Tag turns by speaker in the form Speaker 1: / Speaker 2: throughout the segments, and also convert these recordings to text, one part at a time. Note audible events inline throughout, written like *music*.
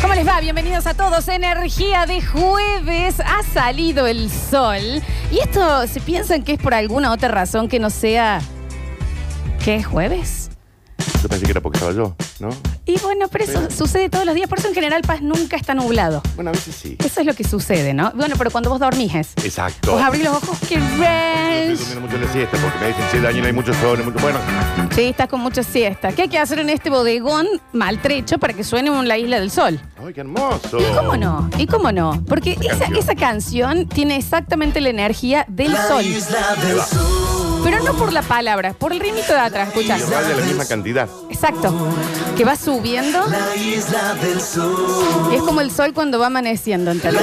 Speaker 1: ¿Cómo les va? Bienvenidos a todos. Energía de jueves. Ha salido el sol. Y esto, ¿se piensan que es por alguna otra razón que no sea que es jueves?
Speaker 2: Yo pensé que era porque estaba yo, ¿no?
Speaker 1: Y bueno, pero eso sucede todos los días. Por eso en general Paz nunca está nublado.
Speaker 2: Bueno, a veces sí.
Speaker 1: Eso es lo que sucede, ¿no? Bueno, pero cuando vos dormís es.
Speaker 2: Exacto.
Speaker 1: Vos abrís los ojos, qué
Speaker 2: Estoy
Speaker 1: ves.
Speaker 2: durmiendo mucho la siesta porque me dicen, sí, Daniel, hay mucho sol, hay mucho... Bueno,
Speaker 1: Sí, estás con mucha siesta. ¿Qué hay que hacer en este bodegón maltrecho para que suene un La Isla del Sol?
Speaker 2: ¡ay, qué hermoso!
Speaker 1: ¿Y cómo no? ¿Y cómo no? Porque esa,
Speaker 2: canción.
Speaker 1: esa canción tiene exactamente la energía del sol. Pero no por la palabra, por el ritmito de atrás, escuchá.
Speaker 2: Y vale la misma cantidad.
Speaker 1: Exacto. Que va subiendo. Y es como el sol cuando va amaneciendo, ¿entendés?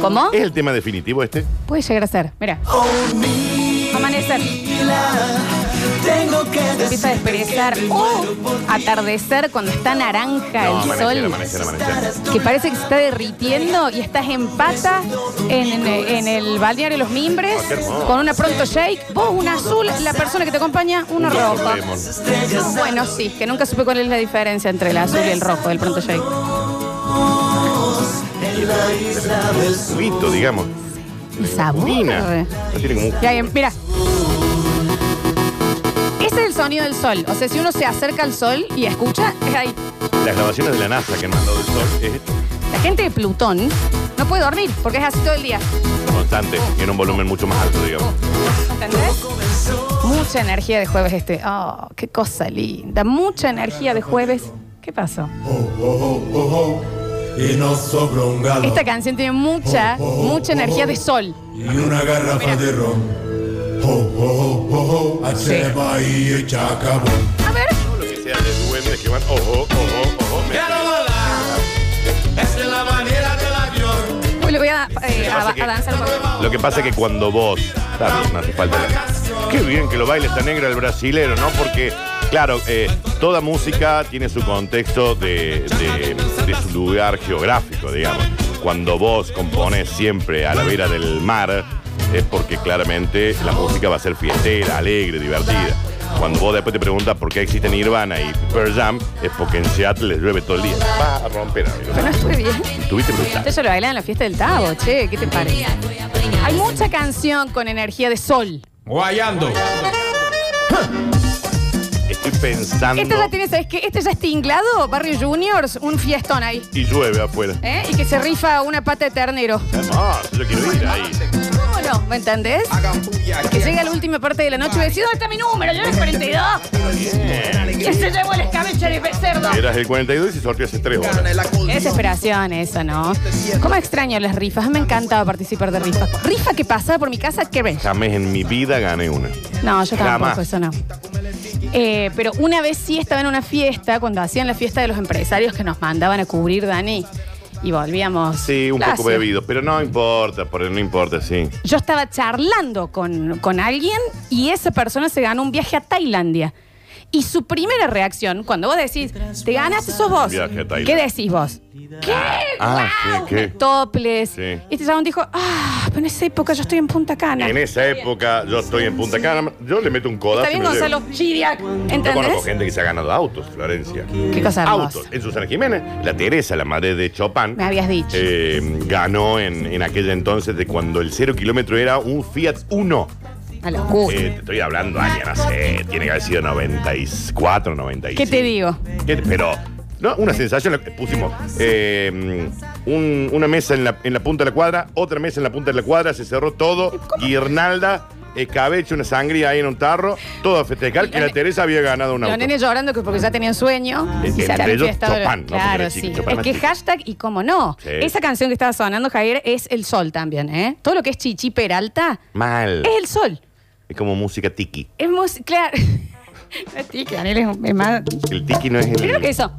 Speaker 1: ¿Cómo?
Speaker 2: ¿Es el tema definitivo este?
Speaker 1: Puede llegar a ser. Mira. Amanecer. Empieza a desperezar. Oh, atardecer cuando está naranja
Speaker 2: No,
Speaker 1: el
Speaker 2: amanecer,
Speaker 1: sol.
Speaker 2: amanecer, amanecer.
Speaker 1: que parece que se está derritiendo y estás en pata en, en- en el balneario Los Mimbres
Speaker 2: Oh, qué hermoso.
Speaker 1: con una pronto shake, vos una azul, la persona que te acompaña una
Speaker 2: Un rojo
Speaker 1: roja.
Speaker 2: lemon.
Speaker 1: Bueno, sí, que nunca supe cuál es la diferencia entre el azul y el rojo del pronto shake.
Speaker 2: Suito, digamos.
Speaker 1: El sabor.
Speaker 2: Mina. No tiene como un...
Speaker 1: Ya, bien, mira. Ese es el sonido del sol. O sea, si uno se acerca al sol y escucha, es ahí.
Speaker 2: Las grabaciones de la NASA que han mandado del sol es esto,
Speaker 1: La gente de Plutón no puede dormir porque es así todo el día.
Speaker 2: constante y en un volumen mucho más alto, digamos.
Speaker 1: ¿Entendés? Mucha energía de jueves este. Oh, qué cosa linda. Mucha energía de jueves. ¿Qué pasó?
Speaker 3: Oh, Y nos sobra un galo
Speaker 1: Esta canción tiene mucha, mucha energía de sol.
Speaker 3: y una garrafa de ron. Oh, oh, oh, oh, Aceba y echa cabo.
Speaker 1: A ver.
Speaker 2: Todo lo que sea de duendes que van, ojo, ojo, ojo. me-
Speaker 3: es la manera del avión.
Speaker 1: Uy, le voy a, eh, a-
Speaker 2: Pasa que-
Speaker 1: a danzar un poco.
Speaker 2: Lo que pasa es que cuando vos. Está bien, no hace falta. la- Qué bien que lo baile esta negra el brasilero, ¿no? Porque, claro, eh, toda música tiene su contexto de, de- de su lugar geográfico, digamos. Cuando vos compones siempre a la vera del mar, es porque claramente la música va a ser fiestera, alegre, divertida. Cuando vos después te preguntas por qué existe Nirvana y Pearl Jam, es porque en Seattle les llueve todo el día. Va a romper, amigo.
Speaker 1: Pero no estuve bien.
Speaker 2: Estuviste brutal.
Speaker 1: Ustedes ya lo bailan en la fiesta del Tabo, che. ¿Qué te parece? Hay mucha canción con energía de sol.
Speaker 4: Guayando.
Speaker 2: Estoy pensando
Speaker 1: Esta ya tiene, ¿sabes qué? Este ya es tinglado, Barrio Juniors, un fiestón ahí.
Speaker 2: y llueve afuera.
Speaker 1: ¿eh? Y que se rifa una pata de ternero.
Speaker 2: Hermoso, yo quiero ir ahí.
Speaker 1: ¿Cómo no? ¿Me entendés? Que llega la última parte de la noche y decís, ¿dónde está mi número? Yo era el 42.
Speaker 2: Bien.
Speaker 1: Y se llevó el escabeche de cerdo.
Speaker 2: Eras el 42 y sorteó hace 3 horas.
Speaker 1: Qué desesperación eso, ¿no? ¿Cómo extraño las rifas? Me encantaba participar de rifas. Rifa que pasaba por mi casa, qué ves.
Speaker 2: Jamás en mi vida gané una.
Speaker 1: No, yo
Speaker 2: Jamás.
Speaker 1: tampoco, eso no. Eh, pero una vez sí estaba en una fiesta, cuando hacían la fiesta de los empresarios que nos mandaban a cubrir, Dani, y volvíamos.
Speaker 2: Sí, un
Speaker 1: Lacio.
Speaker 2: poco bebido, pero no importa, por no importa, sí.
Speaker 1: Yo estaba charlando con, con alguien y esa persona se ganó un viaje a Tailandia. Y su primera reacción, cuando vos decís, te ganaste, sos vos.
Speaker 2: Viaje a Tailandia.
Speaker 1: ¿Qué decís vos? ¿Qué?
Speaker 2: Ah,
Speaker 1: ¡Guau!
Speaker 2: sí, ¿qué?
Speaker 1: Toples.
Speaker 2: Sí.
Speaker 1: Y este chabón dijo, ah, pero en esa época yo estoy en Punta Cana.
Speaker 2: En esa época yo estoy en Punta Cana, yo le meto un codazo.
Speaker 1: Está
Speaker 2: y
Speaker 1: bien,
Speaker 2: me llevo.
Speaker 1: Gonzalo. Chiriac.
Speaker 2: Yo conozco
Speaker 1: ¿Entendés?
Speaker 2: gente que se ha ganado autos, Florencia.
Speaker 1: Qué cosa hermosa.
Speaker 2: Autos. En Susana Jiménez, la Teresa, la madre de Chopin.
Speaker 1: Me habías dicho.
Speaker 2: eh, ganó en, en aquel entonces de cuando el cero kilómetro era un Fiat Uno.
Speaker 1: Una locura.
Speaker 2: Eh, te estoy hablando años, no sé, tiene que haber sido 94, 95.
Speaker 1: ¿Qué te digo?
Speaker 2: ¿Qué te- Pero, no, una sensación, la- pusimos eh, un- una mesa en la, en la punta de la cuadra, otra mesa en la punta de la cuadra, se cerró todo, guirnalda, escabeche, una sangría ahí en un tarro, todo a festejar que la Teresa había ganado una
Speaker 1: Los nenes llorando que porque ya tenían sueño.
Speaker 2: Eh,
Speaker 1: y se
Speaker 2: entre
Speaker 1: habrán
Speaker 2: ellos,
Speaker 1: fiestado.
Speaker 2: Chopin, ¿no? Porque
Speaker 1: Claro,
Speaker 2: era chico,
Speaker 1: sí.
Speaker 2: Chopin
Speaker 1: Es
Speaker 2: más
Speaker 1: que
Speaker 2: chico.
Speaker 1: hashtag y cómo no.
Speaker 2: Sí.
Speaker 1: Esa canción que estaba sonando, Javier, es el sol también, ¿eh? Todo lo que es Chichi Peralta
Speaker 2: Mal.
Speaker 1: es el sol.
Speaker 2: Es como música tiki.
Speaker 1: Es mus-
Speaker 2: *laughs*
Speaker 1: Claro. No es tique, Daniel es, es más.
Speaker 2: El tiki no es el.
Speaker 1: Creo que eso.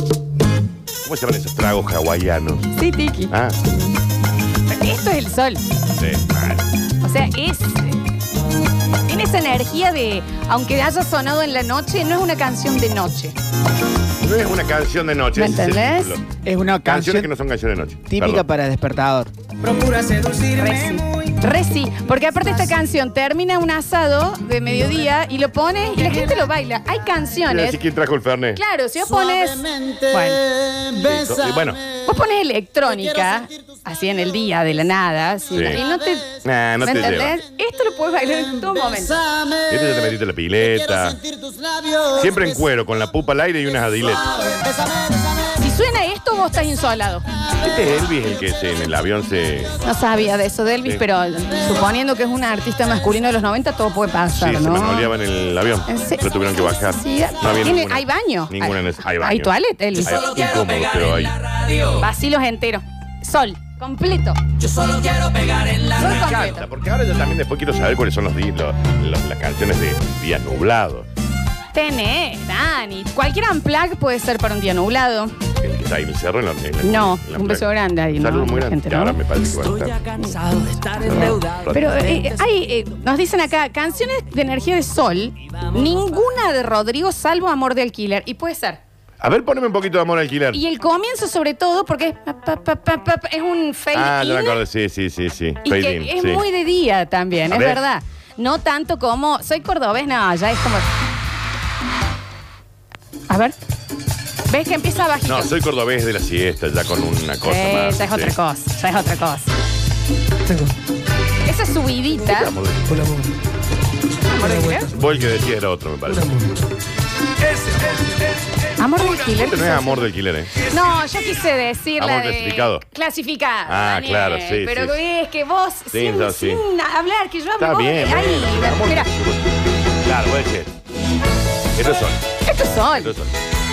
Speaker 2: ¿Cómo se llaman esos tragos hawaianos?
Speaker 1: Sí, Tiki.
Speaker 2: Ah,
Speaker 1: Esto es el sol.
Speaker 2: sí, mal.
Speaker 1: O sea, es. eh, Tiene esa energía de. Aunque haya sonado en la noche, no es una canción de noche.
Speaker 2: No es una canción de noche.
Speaker 1: ¿Me
Speaker 2: ese es el
Speaker 1: entendés?
Speaker 2: título.
Speaker 5: Es una
Speaker 2: Canciones
Speaker 5: canción
Speaker 2: que no son canciones de noche.
Speaker 5: típica
Speaker 2: Perdón.
Speaker 5: para despertador.
Speaker 6: Procura seducirme
Speaker 1: Reci.
Speaker 6: muy
Speaker 1: Re sí, porque aparte esta canción termina un asado de mediodía y lo pones y la gente lo baila. Hay
Speaker 2: Quiero
Speaker 1: canciones.
Speaker 2: decir quién trajo el Fernet.
Speaker 1: ¿eh? Claro, si vos pones. Bueno,
Speaker 2: Listo. Y bueno.
Speaker 1: vos pones electrónica, así en el día, de la nada, sí,
Speaker 2: Sí.
Speaker 1: y no te.
Speaker 2: Nah, no
Speaker 1: ¿me
Speaker 2: te
Speaker 1: entendés? Esto lo puedes bailar en todo momento.
Speaker 2: Este ya te metiste la pileta. Siempre en cuero, con la pupa al aire y unas adiletas.
Speaker 1: Si suena esto, vos estás insolado.
Speaker 2: Este es Elvis, el que se- en el avión se.
Speaker 1: No sabía de eso de Elvis,
Speaker 2: Sí.
Speaker 1: pero suponiendo que es un artista masculino de los 90, todo puede pasar,
Speaker 2: Sí, se
Speaker 1: ¿no?
Speaker 2: manoleaba en el avión.
Speaker 1: En se-
Speaker 2: Pero tuvieron que bajar.
Speaker 1: Sí,
Speaker 2: No había
Speaker 1: tiene-
Speaker 2: ninguna-
Speaker 1: hay baño.
Speaker 2: Ninguna en ese- Hay baño.
Speaker 1: Hay toilet, Elvis.
Speaker 2: Hay- Incómodo, pero hay.
Speaker 1: Vacilos enteros. Sol, completo.
Speaker 4: Yo solo quiero pegar en la
Speaker 1: Sol
Speaker 2: Me
Speaker 1: completo.
Speaker 2: encanta, porque ahora yo también después quiero saber cuáles son los, di- los- los- las canciones de día nublado.
Speaker 1: Tenés, E, Dani. Cualquier unplug puede ser para un día nublado.
Speaker 2: El que está ahí en el cerro en la, en la-
Speaker 1: No,
Speaker 2: en la
Speaker 1: un
Speaker 2: playa.
Speaker 1: beso grande ahí,
Speaker 2: Un
Speaker 1: ¿no?
Speaker 2: saludo muy grande.
Speaker 1: Gente, ¿no?
Speaker 2: Ahora me parece que va a estar.
Speaker 4: cansado de estar
Speaker 2: endeudado.
Speaker 1: Pero eh, hay, eh, nos dicen acá, canciones de energía de sol, ninguna de Rodrigo salvo Amor de Alquiler. Y puede ser.
Speaker 2: A ver, poneme un poquito de amor al alquiler.
Speaker 1: Y el comienzo sobre todo porque es, pa, pa, pa, pa, pa, pa, es un fade
Speaker 2: Ah, yo me
Speaker 1: in
Speaker 2: acuerdo. Sí, sí, sí, sí.
Speaker 1: y
Speaker 2: Fade
Speaker 1: que
Speaker 2: in,
Speaker 1: es
Speaker 2: sí.
Speaker 1: muy de día también,
Speaker 2: A
Speaker 1: es
Speaker 2: ver.
Speaker 1: verdad. No tanto como soy cordobés, no, ya es como A ver. ¿Ves que empieza bajito?
Speaker 2: No, soy cordobés de la siesta, ya con una cosa
Speaker 1: Eh,
Speaker 2: más.
Speaker 1: ya es
Speaker 2: sí.
Speaker 1: otra cosa, ya es otra cosa. Esa subidita.
Speaker 2: Amor de-
Speaker 1: ¿Amor de alquiler?
Speaker 2: Vos el que decía era otro, me parece.
Speaker 1: ¿Amor de alquiler?
Speaker 2: Este no es amor de alquiler, ¿eh?
Speaker 1: No, yo quise decir la
Speaker 2: Amor
Speaker 1: de...
Speaker 2: clasificado.
Speaker 1: Clasificado.
Speaker 2: Ah,
Speaker 1: Daniel,
Speaker 2: claro, sí,
Speaker 1: Pero
Speaker 2: sí.
Speaker 1: es que vos, sin,
Speaker 2: no, sí.
Speaker 1: sin hablar, que yo hablo
Speaker 2: Está
Speaker 1: vos,
Speaker 2: bien.
Speaker 1: ahí,
Speaker 2: bueno,
Speaker 1: mira,
Speaker 2: amor de-
Speaker 1: mira,
Speaker 2: Claro, voy a decir. Estos son.
Speaker 1: esto es sol.
Speaker 2: Estos son.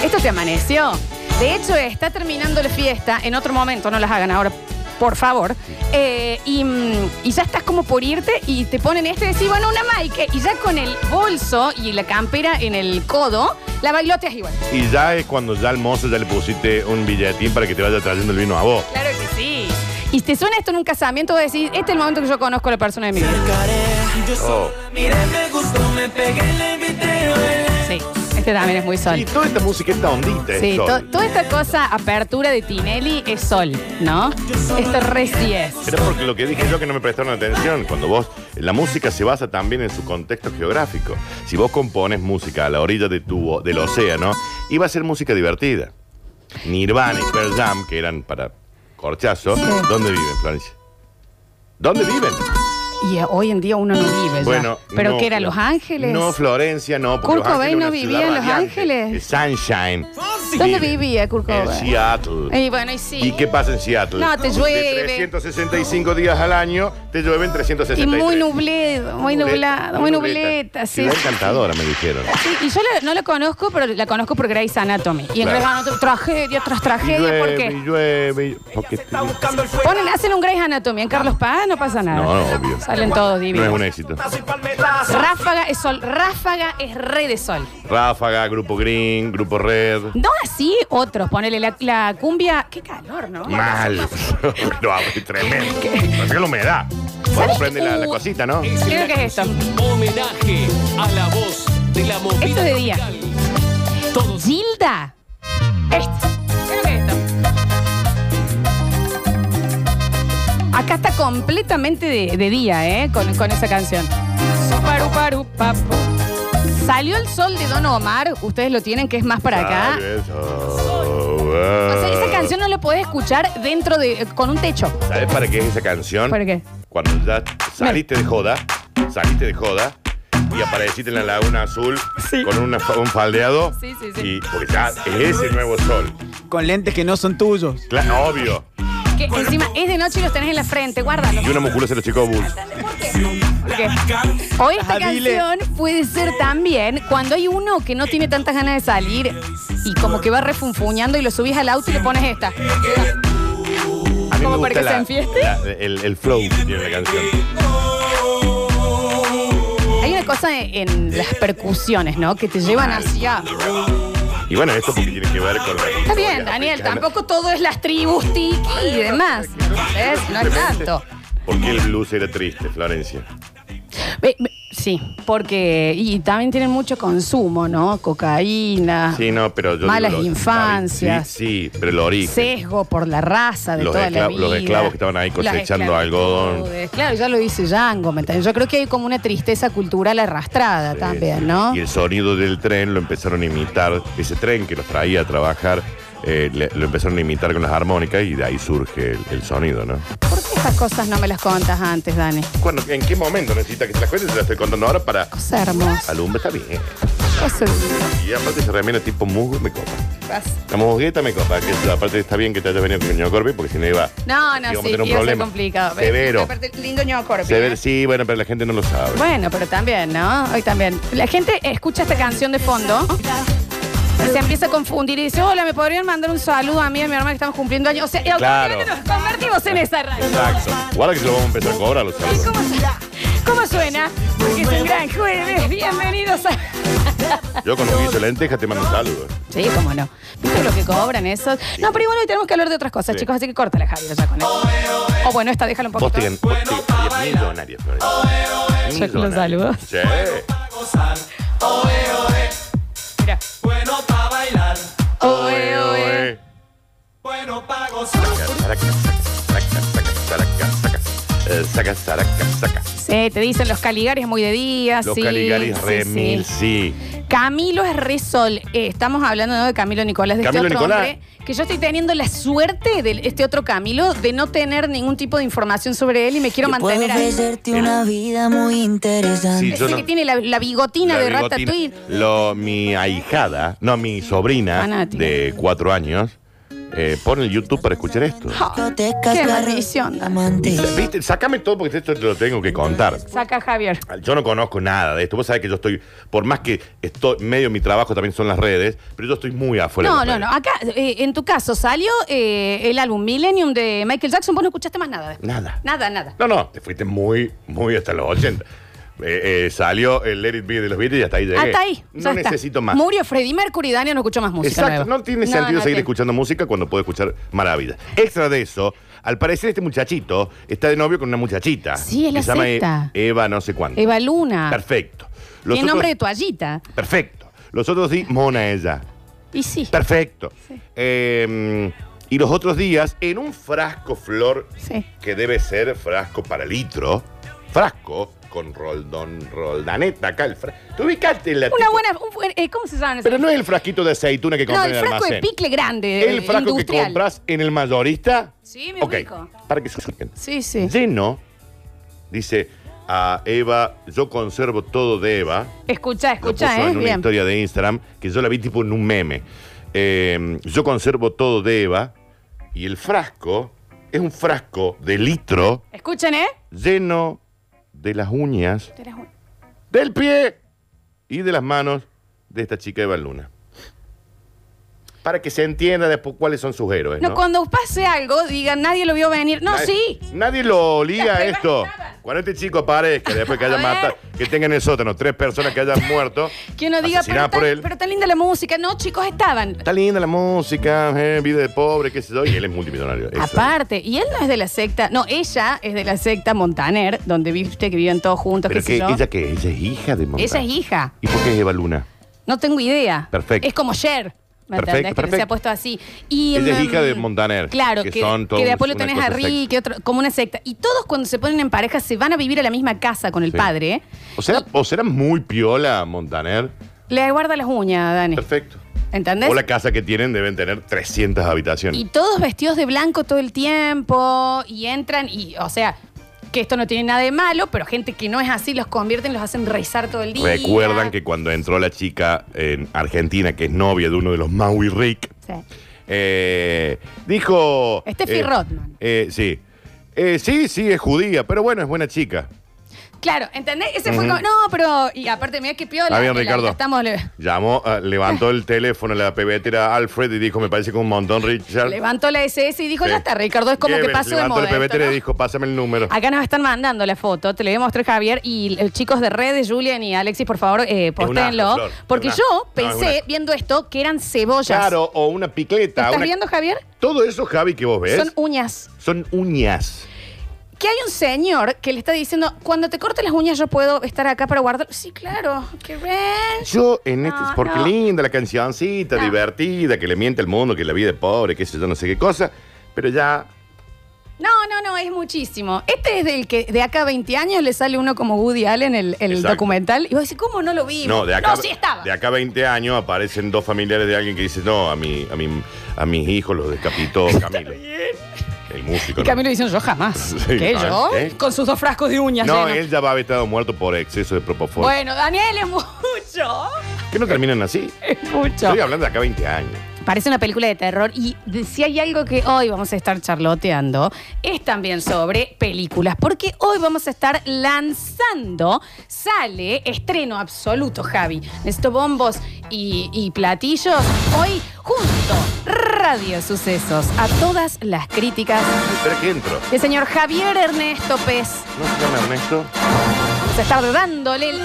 Speaker 1: Esto te amaneció. De hecho, está terminando la fiesta. En otro momento, no las hagan ahora, por favor. Eh, y, mm, y ya estás como por irte y te ponen este y decís, bueno, una Mike. Y ya con el bolso y la campera en el codo, la bailoteas igual.
Speaker 2: Y ya es cuando ya al mozo ya le pusiste un billetín para que te vaya trayendo el vino a vos.
Speaker 1: Claro que sí. Y te suena esto en un casamiento, vos decís, este es el momento que yo conozco a la persona de mi vida.
Speaker 2: Oh.
Speaker 4: Mire, me gustó, me pegué, le invité, bailé.
Speaker 1: Sí, este también es muy
Speaker 2: Y
Speaker 1: sol.
Speaker 2: toda esta música, esta ondita es
Speaker 1: Sí, to-
Speaker 2: sol.
Speaker 1: toda esta cosa, apertura de Tinelli, es sol, ¿no? Esto re sí es.
Speaker 2: Pero es porque lo que dije yo que no me prestaron atención, cuando vos, la música se basa también en su contexto geográfico. Si vos compones música a la orilla de tu, del océano, iba a ser música divertida. Nirvana y Pearl Jam, que eran para corchazo, ¿dónde viven, Florencia? ¿Dónde viven?
Speaker 1: Y eh, hoy en día uno no vive ya.
Speaker 2: Bueno,
Speaker 1: Pero
Speaker 2: no,
Speaker 1: que era
Speaker 2: Flo-
Speaker 1: Los Ángeles.
Speaker 2: No, Florencia, no. porque
Speaker 1: Kurt
Speaker 2: Los Ángeles
Speaker 1: Cobain no
Speaker 2: es una
Speaker 1: vivía
Speaker 2: ciudad
Speaker 1: en Los
Speaker 2: radiante.
Speaker 1: Ángeles.
Speaker 2: Eh, Sunshine.
Speaker 1: ¿Dónde
Speaker 2: Viven
Speaker 1: vivía Kurt
Speaker 2: En
Speaker 1: Cobain?
Speaker 2: Seattle.
Speaker 1: Y bueno, y sí.
Speaker 2: ¿Y qué pasa en Seattle?
Speaker 1: No, te llueve.
Speaker 2: De 365 días al año, te llueven 363.
Speaker 1: Y muy nublado, muy nublado, muy nubleta, sí.
Speaker 2: Ciudad encantadora, me dijeron.
Speaker 1: Sí, Y yo la- no la conozco, pero la conozco por Grey's Anatomy. Y en
Speaker 2: Claro.
Speaker 1: Grey's Anatomy, tragedia tras
Speaker 2: Y
Speaker 1: tragedia, ¿por
Speaker 2: llueve,
Speaker 1: qué?
Speaker 2: y llueve, y- porque
Speaker 4: Está buscando el fuego.
Speaker 1: Ponen, hacen un Grey's Anatomy en Carlos Paz, no pasa nada.
Speaker 2: No, no, obvio.
Speaker 1: Salen todos
Speaker 2: no
Speaker 1: divinos.
Speaker 2: es un éxito.
Speaker 4: Tazo y palmetazo.
Speaker 1: Ráfaga es sol, ráfaga es re de sol.
Speaker 2: Ráfaga, Grupo Green, Grupo Red.
Speaker 1: No así otros, ponele la, la cumbia. Qué calor, ¿no?
Speaker 2: Mal. *laughs* Lo hago, es tremendo. Parece que la humedad. Bueno,
Speaker 1: ¿Sabes
Speaker 2: prende la, la
Speaker 1: qué?
Speaker 2: cosita, ¿no?
Speaker 1: Creo que es esto.
Speaker 5: Homenaje a la voz de la movida.
Speaker 1: Esto de día.
Speaker 5: local. Todos
Speaker 1: Gilda. Esto. Creo que esto. Acá está completamente de, de día, ¿eh? Con, con esa canción. Suparuparupapu. Salió el sol de Don Omar, ustedes lo tienen, que es más para acá.
Speaker 2: Ay, eso.
Speaker 1: O sea, esa canción no la podés escuchar dentro de. con un techo.
Speaker 2: ¿Sabes para qué es esa canción?
Speaker 1: ¿Para qué?
Speaker 2: Cuando ya saliste de joda, saliste de joda y apareciste en la laguna azul
Speaker 1: Sí.
Speaker 2: con una fa- un faldeado.
Speaker 1: Sí, sí, sí.
Speaker 2: Y porque ya es ese nuevo sol.
Speaker 6: Con lentes que no son tuyos.
Speaker 2: Claro, obvio.
Speaker 1: Que encima es de noche y los tenés en la frente, guárdalo.
Speaker 2: Y una musculosa de los chicos Bulls.
Speaker 1: Porque Hoy esta
Speaker 6: Adile.
Speaker 1: canción puede ser también cuando hay uno que no tiene tantas ganas de salir y como que va refunfuñando y lo subís al auto y le pones esta.
Speaker 2: A mí
Speaker 1: ¿Como
Speaker 2: me
Speaker 1: para
Speaker 2: gusta
Speaker 1: que se
Speaker 2: la-
Speaker 1: enfieste?
Speaker 2: la- el, el flow que tiene la canción.
Speaker 1: Hay una cosa en, en las percusiones, ¿no? Que te llevan hacia.
Speaker 2: Y bueno, esto porque tiene que ver con la.
Speaker 1: Está bien, Daniel, tampoco todo es las tribus tiki y demás. ¿Ves? No es tanto.
Speaker 2: Porque el blues era triste, Florencia.
Speaker 1: Ve, ve, sí, porque. Y también tienen mucho consumo, ¿no? Cocaína.
Speaker 2: Sí, no, pero yo.
Speaker 1: Ah. Malas
Speaker 2: digo lo-
Speaker 1: infancias.
Speaker 2: Sí, sí, pero el origen.
Speaker 1: Sesgo por la raza de
Speaker 2: Los
Speaker 1: toda la
Speaker 2: esclavos-
Speaker 1: vida.
Speaker 2: los esclavos que estaban ahí
Speaker 1: Las
Speaker 2: cosechando
Speaker 1: esclavitudes. Claro, ya lo dice Django, ¿me entiendes? Yo creo que hay como una tristeza cultural arrastrada
Speaker 2: Eh,
Speaker 1: también, ¿no?
Speaker 2: Y el sonido del tren lo empezaron a imitar, ese tren que los traía a trabajar, eh, le- lo empezaron a imitar con las armónicas y de ahí surge el, el sonido, ¿no?
Speaker 1: ¿Por qué estas cosas no me las contas antes, Dani?
Speaker 2: Cuando, ¿En qué momento necesitas que te las cuentes? Te las estoy contando ahora para
Speaker 1: Cosa hermosa.
Speaker 2: alumbre, está bien.
Speaker 1: Cosa
Speaker 2: Y aparte se remera tipo musgo, me copa. La musgueta me copa, que es- aparte está bien que te haya venido con el ñoco corpi, porque si no iba...
Speaker 1: No, no,
Speaker 2: íbamos a
Speaker 1: sí,
Speaker 2: tener un
Speaker 1: iba a ser
Speaker 2: problema.
Speaker 1: complicado.
Speaker 2: Severo.
Speaker 1: Aparte, lindo ñoco, corpi,
Speaker 2: Severo,
Speaker 1: ¿eh?
Speaker 2: sí, bueno, pero la gente no lo sabe.
Speaker 1: Bueno, pero también, ¿no? Hoy también. La gente escucha esta canción de fondo. y Se empieza a confundir y dice, hola, ¿me podrían mandar un saludo a mí y a mi hermana que estamos cumpliendo años? O sea, y
Speaker 2: Claro.
Speaker 1: automáticamente nos convertimos en esa radio.
Speaker 2: Exacto. Guarda que se lo vamos a empezar a cobrar los
Speaker 1: ¿Y
Speaker 2: saludos.
Speaker 1: cómo, suena? ¿Cómo suena? Porque es un gran jueves. Bienvenidos a...
Speaker 2: Yo con un guiso de lenteja te mando un saludo.
Speaker 1: Sí, cómo no. ¿Viste lo que cobran esos? No, pero igual hoy tenemos que hablar de otras cosas,
Speaker 2: Sí.
Speaker 1: chicos, así que córtala, Javier, ya con eso. O bueno, esta déjala un
Speaker 2: Vos
Speaker 1: poquito.
Speaker 2: tenés, vos tenés millonarios, Florencia.
Speaker 1: Yo los saludo.
Speaker 2: Sí.
Speaker 1: Mira.
Speaker 4: Bueno pa' bailar,
Speaker 1: Oe, oe.
Speaker 4: bueno pa' gozar.
Speaker 2: Eh, Saca, saraca, saca.
Speaker 1: Sí, te dicen los Caligaris muy de día,
Speaker 2: Los
Speaker 1: Ah, sí.
Speaker 2: Caligaris
Speaker 1: sí,
Speaker 2: Remil,
Speaker 1: sí.
Speaker 2: sí.
Speaker 1: Camilo es re sol. Eh, estamos hablando ¿no? de Camilo Nicolás, de
Speaker 2: Camilo
Speaker 1: este otro
Speaker 2: Nicolás.
Speaker 1: hombre, que yo estoy teniendo la suerte de este otro Camilo de no tener ningún tipo de información sobre él y me quiero
Speaker 7: Yo puedo
Speaker 1: mantener ahí.
Speaker 7: ofrecerte una vida muy interesante.
Speaker 2: Sí, yo
Speaker 1: Ese
Speaker 2: no-
Speaker 1: que tiene la, la bigotina
Speaker 2: la
Speaker 1: de
Speaker 2: bigotina.
Speaker 1: Ratatouille.
Speaker 2: Lo- mi ahijada, no, mi sobrina
Speaker 1: Fanática.
Speaker 2: de cuatro años, eh, pone el YouTube para escuchar esto.
Speaker 7: Discotecas,
Speaker 1: qué
Speaker 7: carros,
Speaker 1: maldición.
Speaker 7: amantes.
Speaker 2: ¿Viste? Sácame todo porque esto te lo tengo que contar.
Speaker 1: Saca Javier.
Speaker 2: Yo no conozco nada de esto. Vos sabés que yo estoy, por más que estoy, medio de mi trabajo también son las redes, pero yo estoy muy afuera.
Speaker 1: No,
Speaker 2: de
Speaker 1: no,
Speaker 2: las
Speaker 1: no.
Speaker 2: redes.
Speaker 1: Acá, eh, en tu caso, salió eh, el álbum Millennium de Michael Jackson. Vos no escuchaste más nada. después.
Speaker 2: Nada.
Speaker 1: Nada, nada.
Speaker 2: No, no, te fuiste muy, muy hasta los 80. Eh, eh, salió el Let It Be de los Beatles y hasta ahí llegué.
Speaker 1: Hasta ahí.
Speaker 2: No
Speaker 1: ya está.
Speaker 2: necesito más.
Speaker 1: Murió Freddie Mercury, Daniel no escuchó más música.
Speaker 2: Exacto,
Speaker 1: nueva.
Speaker 2: no tiene sentido
Speaker 1: no
Speaker 2: seguir
Speaker 1: tiene.
Speaker 2: escuchando música cuando puedo escuchar maravillas. Extra de eso, al parecer este muchachito está de novio con una muchachita.
Speaker 1: Sí, es la
Speaker 2: que se llama
Speaker 1: sexta.
Speaker 2: E- Eva no sé cuánto.
Speaker 1: Eva Luna.
Speaker 2: Perfecto.
Speaker 1: Tiene
Speaker 2: Los otros-
Speaker 1: nombre de toallita.
Speaker 2: Perfecto. Los otros sí, Mona ella.
Speaker 1: Y sí.
Speaker 2: Perfecto.
Speaker 1: Sí.
Speaker 2: Eh, y los otros días, en un frasco flor
Speaker 1: Sí.
Speaker 2: que debe ser frasco para litro, frasco con roldón, roldaneta acá. El fra- Te ubicaste en la.
Speaker 1: Una
Speaker 2: tipo-
Speaker 1: buena. un buen- eh, ¿Cómo se llaman?
Speaker 2: Pero no es el frasquito de aceituna que
Speaker 1: No,
Speaker 2: compras
Speaker 1: el
Speaker 2: en el
Speaker 1: frasco de
Speaker 2: almacén.
Speaker 1: picle grande. eh,
Speaker 2: el frasco que
Speaker 1: industrial.
Speaker 2: compras en el mayorista.
Speaker 1: Sí, me
Speaker 2: Ok,
Speaker 1: ubico.
Speaker 2: Para que se ubiquen.
Speaker 1: Sí, sí.
Speaker 2: Lleno, dice a Eva, yo conservo todo de Eva.
Speaker 1: Escucha,
Speaker 2: Lo puso
Speaker 1: escucha, ¿eh?
Speaker 2: en una
Speaker 1: Bien.
Speaker 2: historia de Instagram que yo la vi tipo en un meme. Eh, yo conservo todo de Eva y el frasco es un frasco de litro
Speaker 1: Escuchen, ¿eh?
Speaker 2: lleno de las uñas
Speaker 1: Tú eres un-
Speaker 2: del pie y de las manos de esta chica Eva Luna. Para que se entienda después cuáles son sus héroes. No,
Speaker 1: No, cuando pase algo, digan, nadie lo vio venir. No,
Speaker 2: Nadie-
Speaker 1: sí.
Speaker 2: Nadie lo olía
Speaker 1: Las pruebas
Speaker 2: esto.
Speaker 1: estaban.
Speaker 2: Cuando este chico aparezca, después que haya
Speaker 1: A
Speaker 2: matado, que tenga en el sótano tres personas que hayan muerto,
Speaker 1: Que uno diga, pero
Speaker 2: asesinadas por él.
Speaker 1: tan, pero tan linda la música. No, chicos, estaban.
Speaker 2: Está linda la música, eh, vida de pobre, qué sé yo. Y él es multimillonario. Exacto.
Speaker 1: Aparte, y él no es de la secta, no, ella es de la secta Montaner, donde viste que vivían todos juntos,
Speaker 2: Pero
Speaker 1: qué
Speaker 2: que,
Speaker 1: sé yo.
Speaker 2: ¿Ella qué? ¿Ella es hija de Montana?
Speaker 1: Ella es hija,
Speaker 2: ¿Y por qué es Eva Luna?
Speaker 1: no tengo idea.
Speaker 2: Perfecto.
Speaker 1: Es como Cher, ¿me
Speaker 2: Perfecto,
Speaker 1: entendés? Que
Speaker 2: perfecto.
Speaker 1: se ha puesto así. Y,
Speaker 2: Ella es
Speaker 1: mm,
Speaker 2: hija de Montaner,
Speaker 1: Claro,
Speaker 2: que
Speaker 1: que,
Speaker 2: son todos
Speaker 1: que después lo
Speaker 2: una
Speaker 1: tenés a
Speaker 2: cosa
Speaker 1: Rick, que otro, como una secta. Y todos cuando se ponen en pareja se van a vivir a la misma casa con el
Speaker 2: Sí.
Speaker 1: padre.
Speaker 2: ¿O será, ¿O será muy piola Montaner?
Speaker 1: Le guarda las uñas, Dani.
Speaker 2: Perfecto.
Speaker 1: ¿Entendés?
Speaker 2: O la casa que tienen deben tener 300 habitaciones.
Speaker 1: Y todos vestidos de blanco todo el tiempo y entran y, o sea, que esto no tiene nada de malo, pero gente que no es así los convierten, los hacen rezar todo el día.
Speaker 2: Recuerdan que cuando entró la chica en Argentina, que es novia de uno de los Maui Rick,
Speaker 1: Sí.
Speaker 2: Eh, dijo.
Speaker 1: Steffi
Speaker 2: eh,
Speaker 1: Rotman.
Speaker 2: eh, sí. Eh, sí, sí, es judía, pero bueno, es buena chica.
Speaker 1: Claro, ¿entendés? Ese fue
Speaker 2: Ujú.
Speaker 1: como, no, pero, y aparte, mira qué piola.
Speaker 2: Está bien,
Speaker 1: que la-
Speaker 2: Ricardo.
Speaker 1: la estamos, le-
Speaker 2: Llamó, ah, levantó el teléfono la pebetera Alfred y dijo, me parece que un montón, Richard.
Speaker 1: levantó la SS y dijo,
Speaker 2: Sí.
Speaker 1: ya está, Ricardo, es como
Speaker 2: Goebbels
Speaker 1: que pasó de
Speaker 2: levantó
Speaker 1: moda.
Speaker 2: el pebetera
Speaker 1: esto,
Speaker 2: y
Speaker 1: ¿no?
Speaker 2: dijo, pásame el número.
Speaker 1: Acá nos están mandando la foto, te la voy a mostrar Javier y eh, chicos de redes, Julian y Alexis, por favor, eh,
Speaker 2: asco,
Speaker 1: postéenlo.
Speaker 2: Flor,
Speaker 1: Porque
Speaker 2: es un asco.
Speaker 1: yo
Speaker 2: No, es un
Speaker 1: pensé,
Speaker 2: asco.
Speaker 1: viendo esto, que eran cebollas.
Speaker 2: Claro, o una
Speaker 1: ¿Lo
Speaker 2: picleta.
Speaker 1: ¿Estás
Speaker 2: una-
Speaker 1: viendo, Javier?
Speaker 2: Todo eso, Javi, que vos ves,
Speaker 1: Son
Speaker 2: son,
Speaker 1: uñas.
Speaker 2: uñas.
Speaker 1: Que hay un señor que le está diciendo, cuando te corte las uñas yo puedo estar acá para guardar. Sí, claro, qué ranch.
Speaker 2: Yo en este,
Speaker 1: No,
Speaker 2: porque
Speaker 1: no. Ah.
Speaker 2: linda la cancioncita,
Speaker 1: No.
Speaker 2: divertida, que le miente al mundo, que la vida es pobre, que sé yo, no sé qué cosa, pero ya
Speaker 1: No, no, no, es muchísimo. Este es del que de acá a 20 años le sale uno como Woody Allen el, el
Speaker 2: Exacto.
Speaker 1: documental. Y vos decís, ¿cómo no lo vi?
Speaker 2: No, de acá,
Speaker 1: No, sí estaba.
Speaker 2: de acá 20 años aparecen dos familiares de alguien que dice, no, a, mi, a, mi, a mis hijos los decapitó Camilo. El músico.
Speaker 1: y
Speaker 2: ¿no?
Speaker 1: Camilo diciendo, yo jamás.
Speaker 2: *laughs* Sí,
Speaker 1: ¿Qué,
Speaker 2: ah,
Speaker 1: yo?
Speaker 2: ¿eh?
Speaker 1: Con sus dos frascos de uñas.
Speaker 2: No,
Speaker 1: llenos.
Speaker 2: él ya va a haber estado muerto por exceso de propofol.
Speaker 1: Bueno, Daniel, es mucho.
Speaker 2: ¿Qué no terminan así?
Speaker 1: Es mucho.
Speaker 2: Estoy hablando de acá 20 años.
Speaker 1: Parece una película de terror y de- si hay algo que hoy vamos a estar charloteando es también sobre películas, porque hoy vamos a estar lanzando, sale estreno absoluto, Javi. Necesito bombos y, y platillos. Hoy junto, Radio Sucesos, a todas las críticas
Speaker 2: Espera que entro.
Speaker 1: del señor Javier Ernesto Pez.
Speaker 2: ¿No se llama Ernesto?
Speaker 1: Vamos a estar dándole el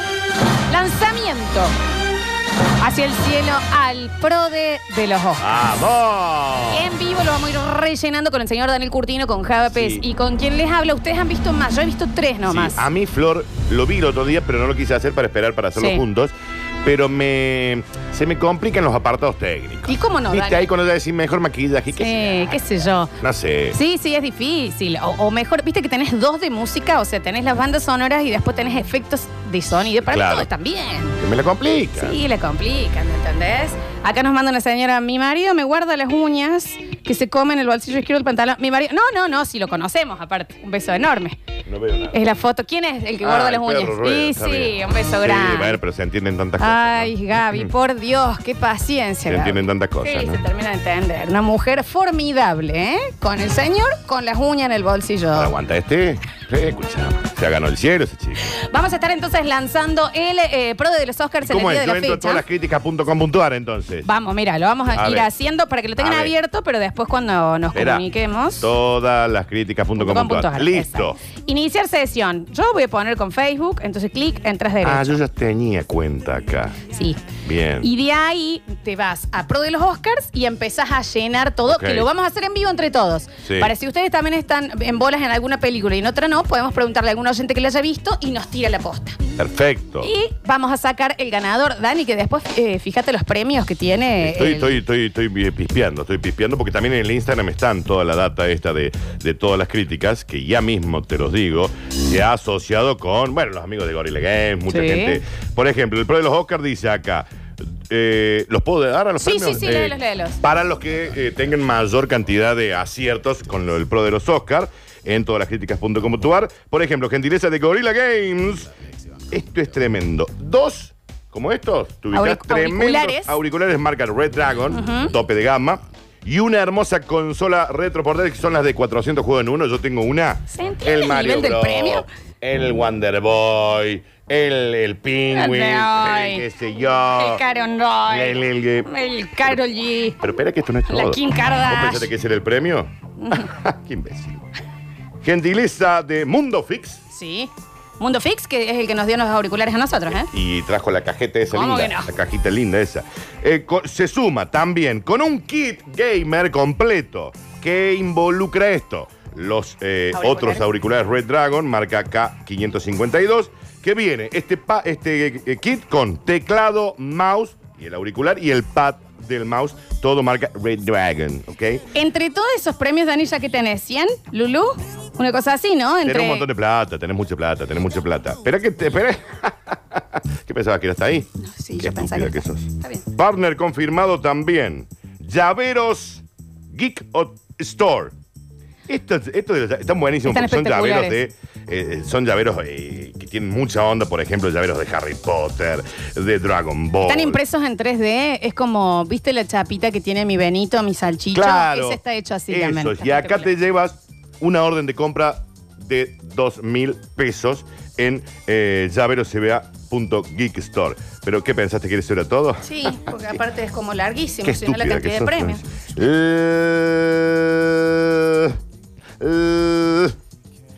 Speaker 1: lanzamiento hacia el cielo al prode de los ojos.
Speaker 2: ¡Vamos!
Speaker 1: En vivo lo vamos a ir rellenando con el señor Daniel Curtino, con Java Pez
Speaker 2: Sí.
Speaker 1: y con quien les habla. Ustedes han visto más, yo he visto tres nomás.
Speaker 2: Sí, a mí, Flor, lo vi el otro día, pero no lo quise hacer para esperar para hacerlo
Speaker 1: Sí.
Speaker 2: juntos. Pero me se me complican los apartados técnicos.
Speaker 1: ¿Y cómo no,
Speaker 2: ¿Viste
Speaker 1: Dani?
Speaker 2: ahí cuando ya decís mejor maquillaje? ¿Qué
Speaker 1: Sí, qué sé yo.
Speaker 2: sé? No sé.
Speaker 1: Sí, sí, es difícil. O, o mejor, viste que tenés dos de música, o sea, tenés las bandas sonoras y después tenés efectos de sonido. Para
Speaker 2: Claro.
Speaker 1: todos también.
Speaker 2: Que me la complica.
Speaker 1: Sí, le complican, ¿me entendés? Acá nos manda una señora, mi marido me guarda las uñas que se comen en el bolsillo izquierdo del pantalón. Mi marido, no, no, no, si lo conocemos, aparte. Un beso enorme.
Speaker 2: No veo nada.
Speaker 1: Es la foto. ¿Quién es el que
Speaker 2: Ah,
Speaker 1: guarda
Speaker 2: el
Speaker 1: las uñas?
Speaker 2: perro Rueda,
Speaker 1: sí,
Speaker 2: está
Speaker 1: sí,
Speaker 2: bien.
Speaker 1: un beso
Speaker 2: Sí,
Speaker 1: grande.
Speaker 2: bueno, pero se entienden tantas cosas.
Speaker 1: Ay,
Speaker 2: ¿no?
Speaker 1: Gaby, por Dios, qué
Speaker 2: Se
Speaker 1: paciencia. Gaby.
Speaker 2: entienden tantas
Speaker 1: Sí,
Speaker 2: Mm. cosas,
Speaker 1: se
Speaker 2: ¿no?
Speaker 1: termina de entender. Una mujer formidable, ¿eh? Con el señor, con las uñas en el bolsillo.
Speaker 2: Ahora aguanta este. Sí, escucha. Se ganó el cielo ese chico.
Speaker 1: Vamos a estar entonces lanzando el eh, pro de los Oscars en el
Speaker 2: ¿Cómo
Speaker 1: día
Speaker 2: es?
Speaker 1: de
Speaker 2: Yo
Speaker 1: la
Speaker 2: entro a
Speaker 1: fecha.
Speaker 2: todas las críticas.com.ar entonces.
Speaker 1: Vamos, mira, lo vamos a,
Speaker 2: A
Speaker 1: ir
Speaker 2: ver.
Speaker 1: haciendo para que lo tengan
Speaker 2: A ver.
Speaker 1: abierto, pero después cuando nos
Speaker 2: Verá.
Speaker 1: comuniquemos.
Speaker 2: Todas las críticas.com.ar. Listo.
Speaker 1: Exacto. Iniciar sesión. Yo voy a poner con Facebook, entonces clic, entras derecho.
Speaker 2: Ah, yo ya tenía cuenta acá.
Speaker 1: Sí.
Speaker 2: Bien.
Speaker 1: Y de ahí te vas a Pro de los Oscars y empezás a llenar todo,
Speaker 2: Ok.
Speaker 1: que lo vamos a hacer en vivo entre todos.
Speaker 2: Sí.
Speaker 1: Para si ustedes también están en bolas en alguna película y en otra no, podemos preguntarle a algún oyente que la haya visto y nos tira la posta.
Speaker 2: Perfecto.
Speaker 1: Y vamos a sacar el ganador, Dani, que después eh, fíjate los premios que tiene.
Speaker 2: Estoy,
Speaker 1: el-
Speaker 2: estoy, estoy, estoy pispeando, estoy pispeando porque también en el Instagram están toda la data esta de, de todas las críticas, que ya mismo te los digo, se ha asociado con, bueno, los amigos de Gorilla Games, mucha
Speaker 1: Sí.
Speaker 2: gente. Por ejemplo, el pro de los Oscars dice acá. eh, ¿Los puedo dar a los
Speaker 1: Sí,
Speaker 2: premios? Eh,
Speaker 1: sí, sí, léelos, léelos.
Speaker 2: Para los que eh, tengan mayor cantidad de aciertos con lo del pro de los Oscars, en todas las críticas.com.ar. Por ejemplo, gentileza de Gorilla Games. Esto es tremendo. Dos, como estos, tuviste
Speaker 1: Auric- auriculares.
Speaker 2: auriculares marca Red Dragon, tope de gama. Y una hermosa consola retroportátil que son las de 400 juegos en uno. Yo tengo una.
Speaker 1: ¿Se entiende el nivel del premio?
Speaker 2: El Wonder Boy, el, el Penguin,
Speaker 1: Ay.
Speaker 2: el qué sé yo.
Speaker 1: El Caron Roy.
Speaker 2: Ah. El- el- el-
Speaker 1: el Carol G.
Speaker 2: Pero espera que esto no es todo.
Speaker 1: La Kim Kardashian.
Speaker 2: ¿Vos pensaste que ese era el premio? *laughs* qué imbécil. Gentileza de Mundo Fix.
Speaker 1: Sí. Mundo Fix, que es el que nos dio los auriculares a nosotros, ¿eh?
Speaker 2: Y trajo la cajeta esa
Speaker 1: ¿Cómo
Speaker 2: linda.
Speaker 1: que no?
Speaker 2: La cajita linda esa. Eh, co- se suma también con un kit gamer completo que involucra esto. Los eh,
Speaker 1: Auriculares.
Speaker 2: otros auriculares Red Dragon, marca K552, que viene este, pa- este eh, kit con teclado, mouse y el auricular y el pad del mouse, todo marca Red Dragon, ¿ok?
Speaker 1: Entre todos esos premios, Dani, ya que tenés 100, Lulu, una cosa así, ¿no? Entre...
Speaker 2: Tenés un montón de plata, tenés mucha plata, tenés mucha plata. Espera que te. Espera. *laughs* ¿Qué pensabas que era hasta ahí?
Speaker 1: Sí,
Speaker 2: Qué
Speaker 1: yo pensaba
Speaker 2: estúpida que sos.
Speaker 1: Está bien.
Speaker 2: Partner confirmado también. Llaveros Geek Ot- Store. Estos, estos de los- están buenísimos
Speaker 1: Están
Speaker 2: porque son llaveros de.
Speaker 1: espectaculares.
Speaker 2: eh, son llaveros eh, que tienen mucha onda, por ejemplo, llaveros de Harry Potter, de Dragon Ball.
Speaker 1: Están impresos en 3D, es como, ¿viste la chapita que tiene mi Benito, mi salchicha?
Speaker 2: Claro.
Speaker 1: Ese está hecho así
Speaker 2: Esos.
Speaker 1: también.
Speaker 2: Y acá te llevas una orden de compra de 2 mil pesos en eh, llaveroscba.geek store. ¿Pero qué pensaste que eso era todo?
Speaker 1: Sí, porque aparte es como larguísimo,
Speaker 2: Qué
Speaker 1: si no la
Speaker 2: estúpida que
Speaker 1: cantidad de
Speaker 2: sos,
Speaker 1: premios.
Speaker 2: Florencia. Eh, eh,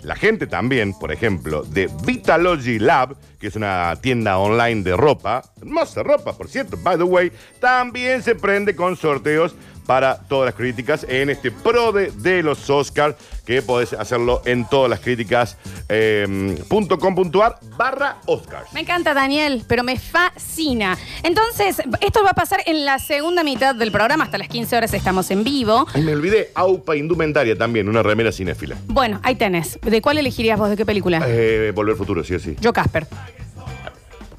Speaker 2: La gente también, por ejemplo, de Vitalogy Lab, que es una tienda online de ropa, hermosa ropa, por cierto, by the way, también se prende con sorteos para todas las críticas en este prode de los Oscars, que podés hacerlo en todas las críticas eh, punto com punto ar barra Oscars.
Speaker 1: Me encanta, Daniel, pero me fascina. Entonces, esto va a pasar en la segunda mitad del programa. Hasta las 15 horas estamos en vivo.
Speaker 2: Ay, me olvidé, Aupa Indumentaria también, una remera cinéfila.
Speaker 1: Bueno, ahí tenés. ¿De cuál elegirías vos? ¿De qué película?
Speaker 2: Eh, Volver Futuro, sí o sí.
Speaker 1: Yo, Casper.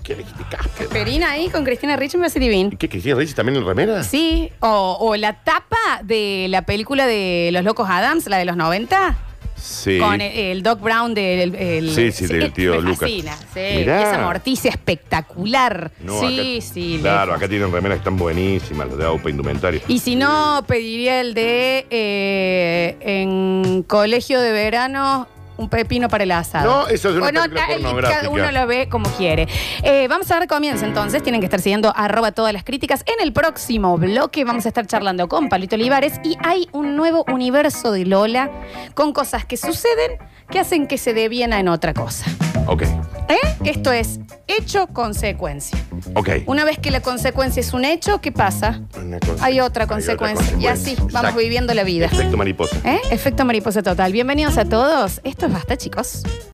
Speaker 2: ¿Qué elegiste, Casper?
Speaker 1: Perina ahí con Cristina Ricci me hace divino.
Speaker 2: ¿Qué quisieras Reyes también en remera?
Speaker 1: Sí, o, o la tapa de la película de Los Locos Adams, la de los 90,
Speaker 2: Sí.
Speaker 1: con el, el Doc Brown del... el-
Speaker 2: Sí, sí, del tío
Speaker 1: me
Speaker 2: Lucas.
Speaker 1: fascina, sí.
Speaker 2: Mirá.
Speaker 1: Esa morticia espectacular.
Speaker 2: No,
Speaker 1: sí,
Speaker 2: acá-
Speaker 1: sí.
Speaker 2: Claro,
Speaker 1: lejos.
Speaker 2: acá tienen remeras que están buenísimas, las de Aupa Indumentaria.
Speaker 1: Y si no, pediría el de eh, en colegio de verano. Un pepino para el asado.
Speaker 2: No, eso es una película
Speaker 1: ta- el-
Speaker 2: pornográfica.
Speaker 1: cada uno lo ve como quiere. Eh, vamos a dar comienzo entonces. Tienen que estar siguiendo arroba todas las críticas. En el próximo bloque vamos a estar charlando con Palito Olivares y hay un nuevo universo de Lola con cosas que suceden que hacen que se deviena en otra cosa.
Speaker 2: Ok,
Speaker 1: ¿Eh? Esto es hecho-consecuencia.
Speaker 2: ok.
Speaker 1: Una vez que la consecuencia es un hecho, ¿qué pasa?
Speaker 2: Una cosa-
Speaker 1: Hay otra consecuencia. Y así vamos
Speaker 2: Exacto.
Speaker 1: viviendo la vida.
Speaker 2: Efecto mariposa.
Speaker 1: ¿Eh? Efecto mariposa total. Bienvenidos a todos. Esto es Basta, chicos.